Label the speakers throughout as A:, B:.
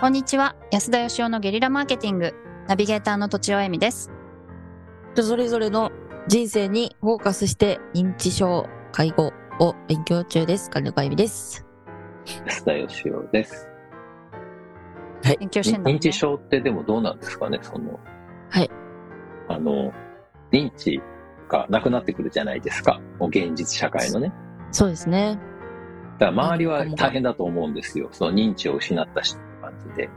A: こんにちは安田義雄のゲリラマーケティングナビゲーターの土地尾恵美です
B: 人それぞれの人生にフォーカスして認知症、介護を勉強中です。金子あゆみです。
C: 安田義雄です。
A: 勉強してんだもん、
C: 認
A: ね、
C: 知症ってでもどうなんですかね、その。
B: はい。
C: あの、認知がなくなってくるじゃないですか、もう現実社会のね。
B: そうですね。
C: だから周りは大変だと思うんですよ、その認知を失った人って感じで。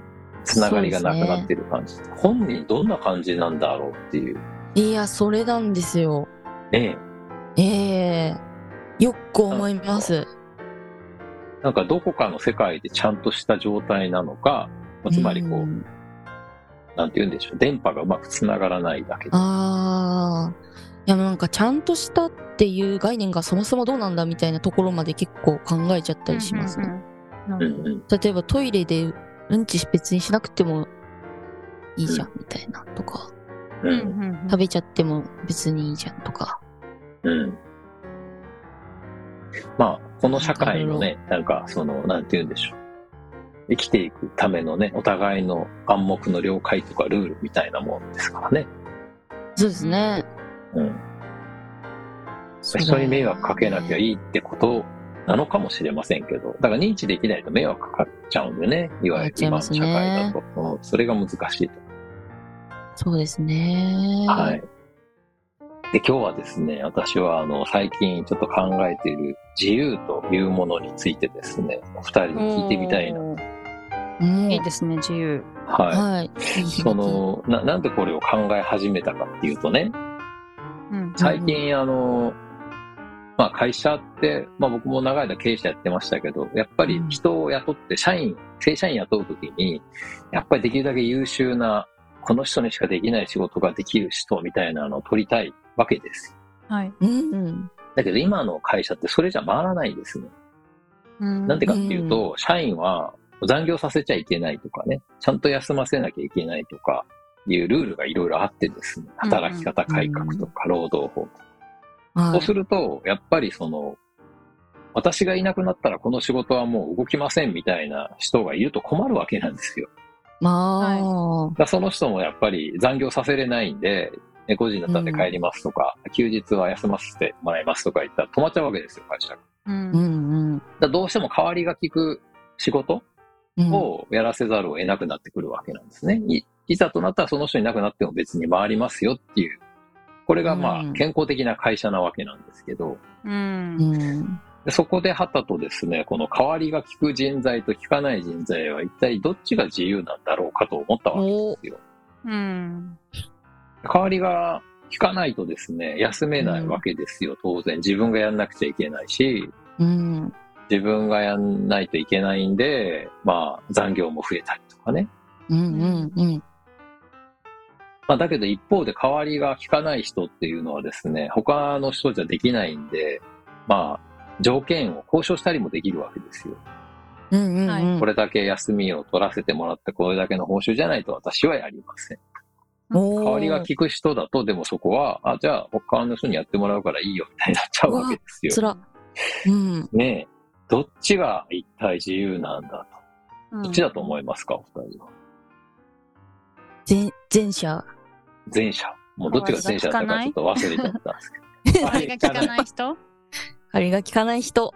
C: つながりがなくなってる感じ。本人どんな感じなんだろうっていう。
B: いや、それなんですよ。
C: ね
B: ええよく思います。
C: えなんかどこかの世界でちゃんとした状態なのか、つまりこう、
B: ん
C: なんて言うんでしょう、電波がうまくつながらないだけで。
B: ああ。いや、なんかちゃんとしたっていう概念がそもそもどうなんだみたいなところまで結構考えちゃったりしますね。
A: うんうん
C: う
A: うんん
C: うん
B: 例えばトイレでうんち別にしなくてもいいじゃんみたいなとか、
C: う
A: うん
C: ん
A: うんうん
B: 食べちゃっても別にいいじゃんとか。
C: うん。まあ、この社会のね、なんか、その、なんて言うんでしょう。生きていくためのね、お互いの暗黙の了解とかルールみたいなもんですからね。
B: そうですね。
C: うん。人に迷惑かけなきゃ
B: い。
C: いいってことなのかもしれませんけど、だから認知できないと迷惑かかっちゃうんでね、いわゆる今の社会だと。うんそれが難しいと。
B: そうですね。
C: は。い。で、今日はですね、私はあの、最近ちょっと考えている自由というものについてですね、お二人に聞いてみたいな。
A: おー
B: うん、
A: いいですね自由
C: は
B: はい。いい
C: い。
B: 響き
C: そ、のな、なんでこれを考え始めたかっていうとね、
A: うん
C: 最近あの、まあ会社って、まあ僕も長い間経営者やってましたけど、やっぱり人を雇って、社員、正社員雇うときに、やっぱりできるだけ優秀な、この人にしかできない仕事ができる人みたいなのを取りたいわけですよ
A: はい
B: うんうん。
C: だけど今の会社ってそれじゃ回らないんですね。な
A: なん
C: でかっていうと、社員は残業させちゃいけないとかね、ちゃんと休ませなきゃいけないとかいうルールがいろいろあってですね、
A: うん
C: 働き方改革とか労働法とか。
B: は
C: そ
B: いう
C: すると、やっぱりその、私がいなくなったらこの仕事はもう動きませんみたいな人がいると困るわけなんですよ。
B: まあ、
C: だからその人もやっぱり残業させれないんで、え個人だったんで帰りますとか、休日は休ませてもらいますとか言ったら止まっちゃうわけですよ、会社が。
A: う
B: うんんうん。
C: だからどうしても代わりが利く仕事
B: うん、
C: をやらせざるを得なくなってくるわけなんですね。いいざとなったらその人いなくなっても別に回りますよっていう。これが
B: う
C: まあ
B: ん
C: 健康的な会社なわけなんですけど、
A: うん
B: うん。
C: でそこではたとですね、この代わりが利く人材と利かない人材は一体どっちが自由なんだろうかと思ったわけ
B: お
C: ですよ。
A: うん
C: 代わりが利かないとですね、休めないわけですよ、当然。自分がやんなくちゃいけないし、
B: うん。
C: 自分がやんないといけないんで、まあ残業も増えたりとかね。
B: うんうんうん。
C: まあ、だけど一方で代わりが効かない人っていうのはですね、他の人じゃできないんで、まあ、条件を交渉したりもできるわけですよ。
B: うんうん、
A: はい
B: うん。
C: これだけ休みを取らせてもらって、これだけの報酬じゃないと私はやりません。
B: おー、
C: 代わりが効く人だと、でもそこは、あ、じゃあ他の人にやってもらうからいいよみたいになっちゃうわけです
B: つ
C: よ。
B: ら。うん。
C: ねえ、どっちが一体自由なんだと。どっちだと思いますか、お二人は。
B: 前、前者。
C: 前者。もうどっちが前者だったかちょっと忘れちゃったんです けど。
A: 代わりが効かない人
B: あれが聞かない人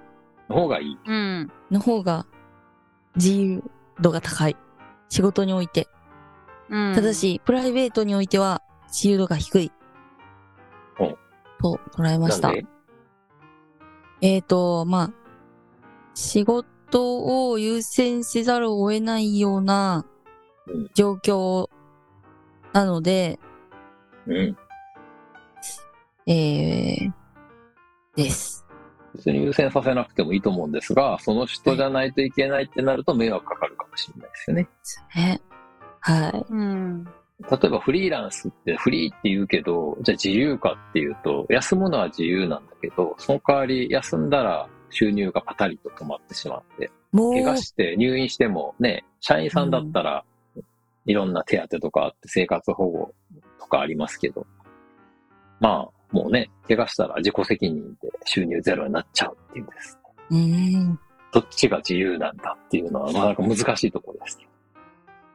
C: の方がいい。
A: うん
B: の方が自由度が高い。仕事において。
A: うん
B: ただし、プライベートにおいては自由度が低い
C: うん。
B: と捉えました
C: なん。で
B: えーと、まあ、仕事を優先せざるを得ないような
C: うん
B: 状況なので、
C: うん。
B: えー、です。
C: 別に優先させなくてもいいと思うんですが、その人じゃないといけないってなると迷惑かかるかもしれないですよね。
B: ね。はい。
A: うん
C: 例えばフリーランスってフリーって言うけど、じゃあ自由かっていうと、休むのは自由なんだけど、その代わり休んだら収入がパタリと止まってしまって、
B: もう、
C: 怪我して入院してもね、社員さんだったらいろんな手当とかあって生活保護とかありますけど、まあもうね、怪我したら自己責任で収入ゼロになっちゃうっていうんです。
B: うーん。
C: どっちが自由なんだっていうのは、なかなか難しいところですけ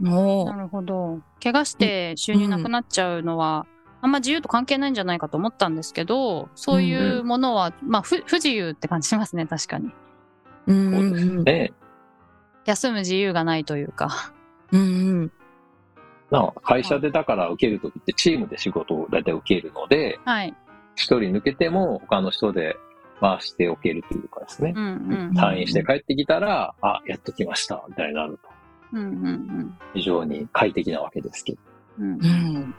B: も
A: なるほど。怪我して収入なくなっちゃうのは、あんま自由と関係ないんじゃないかと思ったんですけど、そういうものは、まあ、ふ不自由って感じしますね、確かに。
B: う、うん
C: そううん
B: う
C: です
B: ん、
C: ね。
A: 休む自由がないというか。
B: うんうん、
C: なあ会社でだから受けるときってチームで仕事を大体受けるので、
A: はい。
C: 一人抜けても他の人で回しておけるというかですね
A: う。んうん。
C: 退院して帰ってきたら、あ、やっときました、みたいになると。
A: うんうん
C: 非常に快適なわけですけど
A: うん
B: う。ん、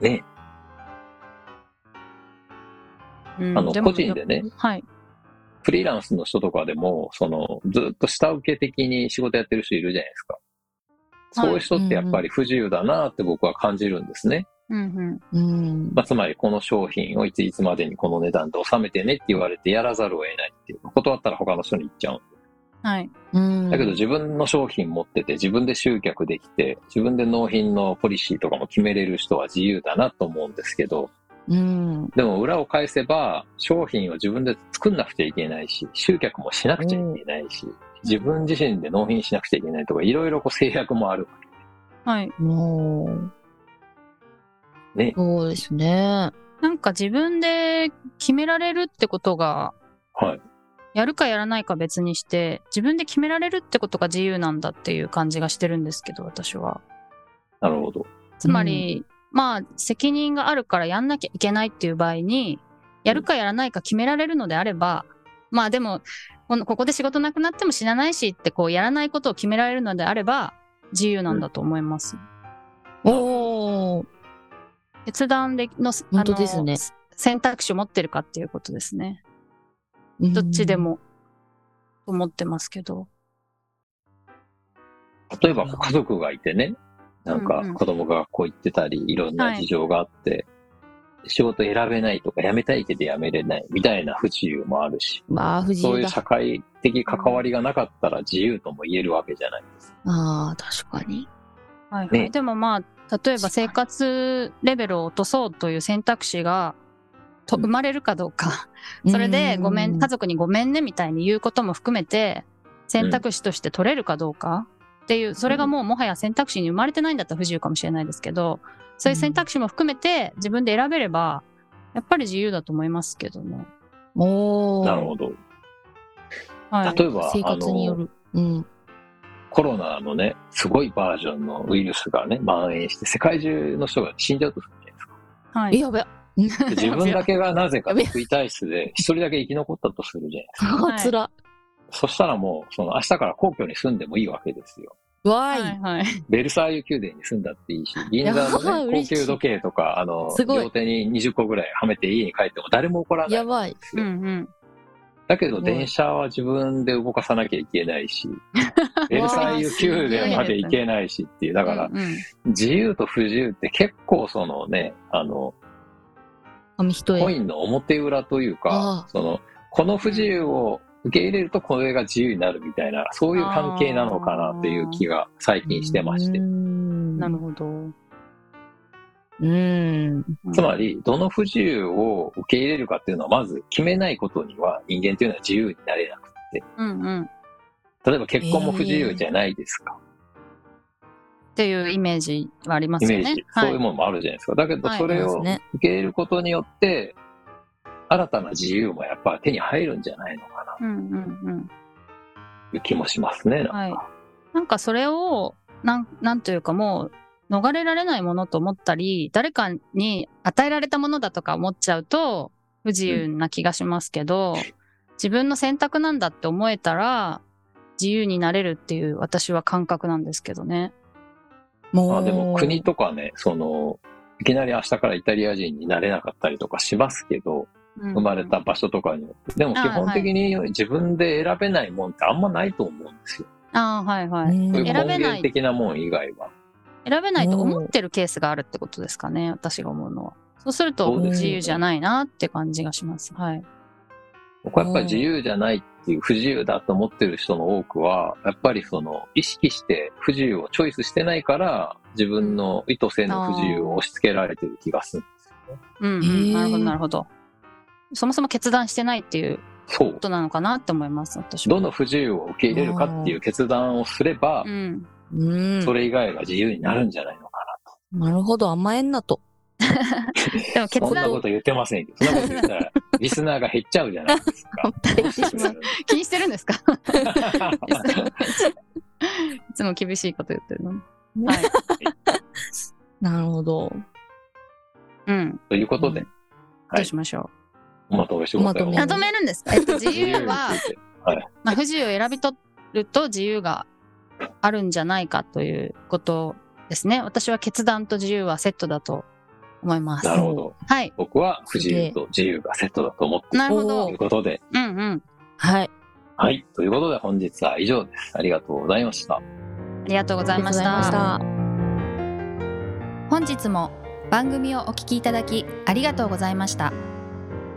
C: ね。
A: うん
C: あの、個人で。ね、
A: もはい。
C: フリーランスの人とかでも、その、ずっと下請け的に仕事やってる人いるじゃないですか。そういう人ってやっぱり不自由だなって僕は感じるんですね。
A: うん
B: うん、
C: まあ、つまりこの商品をいついつまでにこの値段で収めてねって言われてやらざるを得ないっていう。断ったら他の人に行っちゃう。
A: うん。はい。
B: うん、
C: だけど自分の商品持ってて自分で集客できて自分で納品のポリシーとかも決めれる人は自由だなと思うんですけど、
B: うん、
C: でも裏を返せば、商品を自分で作んなくちゃいけないし、集客もしなくちゃいけないし、自分自身で納品しなくちゃいけないとか、いろいろこう制約もある。
A: はい。
B: もう、
C: ね
B: そうですね。
A: なんか自分で決められるってことが、
C: はい。
A: やるかやらないか別にして、自分で決められるってことが自由なんだっていう感じがしてるんですけど、私は。
C: なるほど。
A: つまり、まあ、責任があるからやんなきゃいけないっていう場合に、やるかやらないか決められるのであれば、まあでも、このここで仕事なくなっても死なないしって、こう、やらないことを決められるのであれば、自由なんだと思います。
B: おお、
A: 決断での、あの
B: 本当ですね
A: 選択肢を持ってるかっていうことですね。どっちでも、と思ってますけど。
C: 例えばこう家族がいてね、なんか
A: うんうん
C: 子供が学校行ってたり、いろんな
A: はい
C: 事情があって、仕事選べないとか、辞めたいけど辞めれないみたいな不自由もあるし、
B: うん。まあ、不自
C: そう
B: 由
C: いう
B: だ。
C: 社会的関わりがなかったら自由とも言えるわけじゃないですか。
B: ああ、確かに。
A: はいはい。
C: ね
A: でもまあ、例えば生活レベルを落とそうという選択肢が、と生まれるかどうか。それで、ごめん、家族にごめんねみたいに言うことも含めて、選択肢として取れるかどうかっていう、それがもうもはや選択肢に生まれてないんだったら不自由かもしれないですけど、そういう選択肢も含めて自分で選べれば、やっぱり自由だと思いますけどね。
B: おお、
C: なるほど。
A: はい。
C: 例えば、
B: 生
C: あ
B: 活によ
C: の、
B: る。うん。
C: コロナのね、すごいバージョンのウイルスがね、蔓延して、世界中の人が死んじゃうとするじゃないですか
A: は
B: え
A: い。
B: やべ、
C: で自分だけがなぜか特異体質で、一人だけ生き残ったとするじゃないですか。
A: はい
B: つら。
C: そしたらもう、その明日から皇居に住んでもいいわけですよ。
B: わ
A: は
B: ー
A: い。
B: い。
A: はい。
C: ベルサーユ宮殿に住んだっていいし、銀座
B: やばい
C: の、ね、
B: 嬉
C: 高
B: しい
C: 級時計とか、あの、
B: すごい
C: 両手に20個ぐらいはめて家に帰っても誰も怒らない
B: や。ばい。
A: うんうん。
C: だけど
B: すごい
C: 電車は自分で動かさなきゃいけな いし、ベルサイユ宮殿まで行けないしっていう、だから
A: うんうん
C: 自由と不自由って結構そのね、あの、
B: 紙一
C: コ
B: 重。
C: インの表裏という
B: あ
C: か
B: あ、
C: その、この不自由を受け入れるとこれが自由になるみたいな、そういう関係なのかなっていう気が最近してまして
B: う。ん
A: なるほど。うん
B: うん。
C: つまり、どの不自由を受け入れるかっていうのは、まず決めないことには人間というのは自由になれなくて。
A: うんうん。っ
C: 例えば結婚も不自由じゃないですか。
A: ていうイメージはあります
C: イ
A: よ
C: メ
A: ね
C: ージ。。
A: は
C: そういうものもあるじゃないですか。だけど、
A: はい
C: それ
B: そう
C: を
B: です
C: 受
B: ね
C: け入れることによって、新たな自由もやっぱ手に入るんじゃないのかな
A: うんうんうん。
C: という気もしますね。なんか
A: はい、なんかそれをなんなんというかもう逃れられないものと思ったり誰かに与えられたものだとか思っちゃうと不自由な気がしますけど、自分の選択なんだって思えたら自由になれるっていう私は感覚なんですけどね。
B: もう。
C: まあでも国とかね、その、いきなり明日からイタリア人になれなかったりとかしますけど、生
A: 生
C: まれた場所とかによって。でも
A: あ
C: 基
A: ー
C: 本的に自分で選べないもんってあんまないと思うんですよ。
A: ああはいは
B: う
A: い。
B: ん
C: そういう
A: 選べ
C: 根源的なもん以外は。
A: 選べないと思ってるケースがあるってことですかね私が思うのは。そうすると
C: そうです
A: 自
C: ね
A: 由じゃないなって感じがします。はい。
C: 僕はやっぱり自由じゃないっていう、不自由だと思ってる人の多くは、やっぱりその、意識して不自由をチョイスしてないから、自分の意図せぬ不自由を押し付けられてる気がするんですよね。
A: うん、う
B: へ
A: ん、
B: え
A: なるほどなるほど。そもそも決断してないっていう
C: そう
A: こ。となのかなって思います、私は
C: どの不自由を受け入れるかっていう決断をすれば
A: う、ん。
B: うん。
C: それ以外が自由になるんじゃないのか
B: なるほど、甘えん なと。
A: でも
C: な。そ
A: 決
C: んな
A: 断
C: こと言ってませんけど、そんなこと言ったら、リスナーが減っちゃうじゃないですか。
A: 気にしてるんですか いつも厳しいこと言ってるのに。はい。
B: なるほど。
A: うん。
C: ということで、
A: どうしましょ
C: おまとめしてください。
B: お
A: う。
B: ま
A: まとめるんですかえっと、自由は、まあ、不自由を選び取ると自由があるんじゃないかということですね。私は決断と自由はセットだと思います。
C: なるほど。
A: はい。
C: 僕は不自由と自由がセットだと思っている
A: なるほ
C: と
A: ど
C: いう。ことで、
A: うんうん。
B: はい。
C: はい。ということで本日は以上です。ありがとうございました。
A: ありがとうござ
B: あ
A: いました。
B: た。
A: 本日も番組をお聞きいただきありがとうございました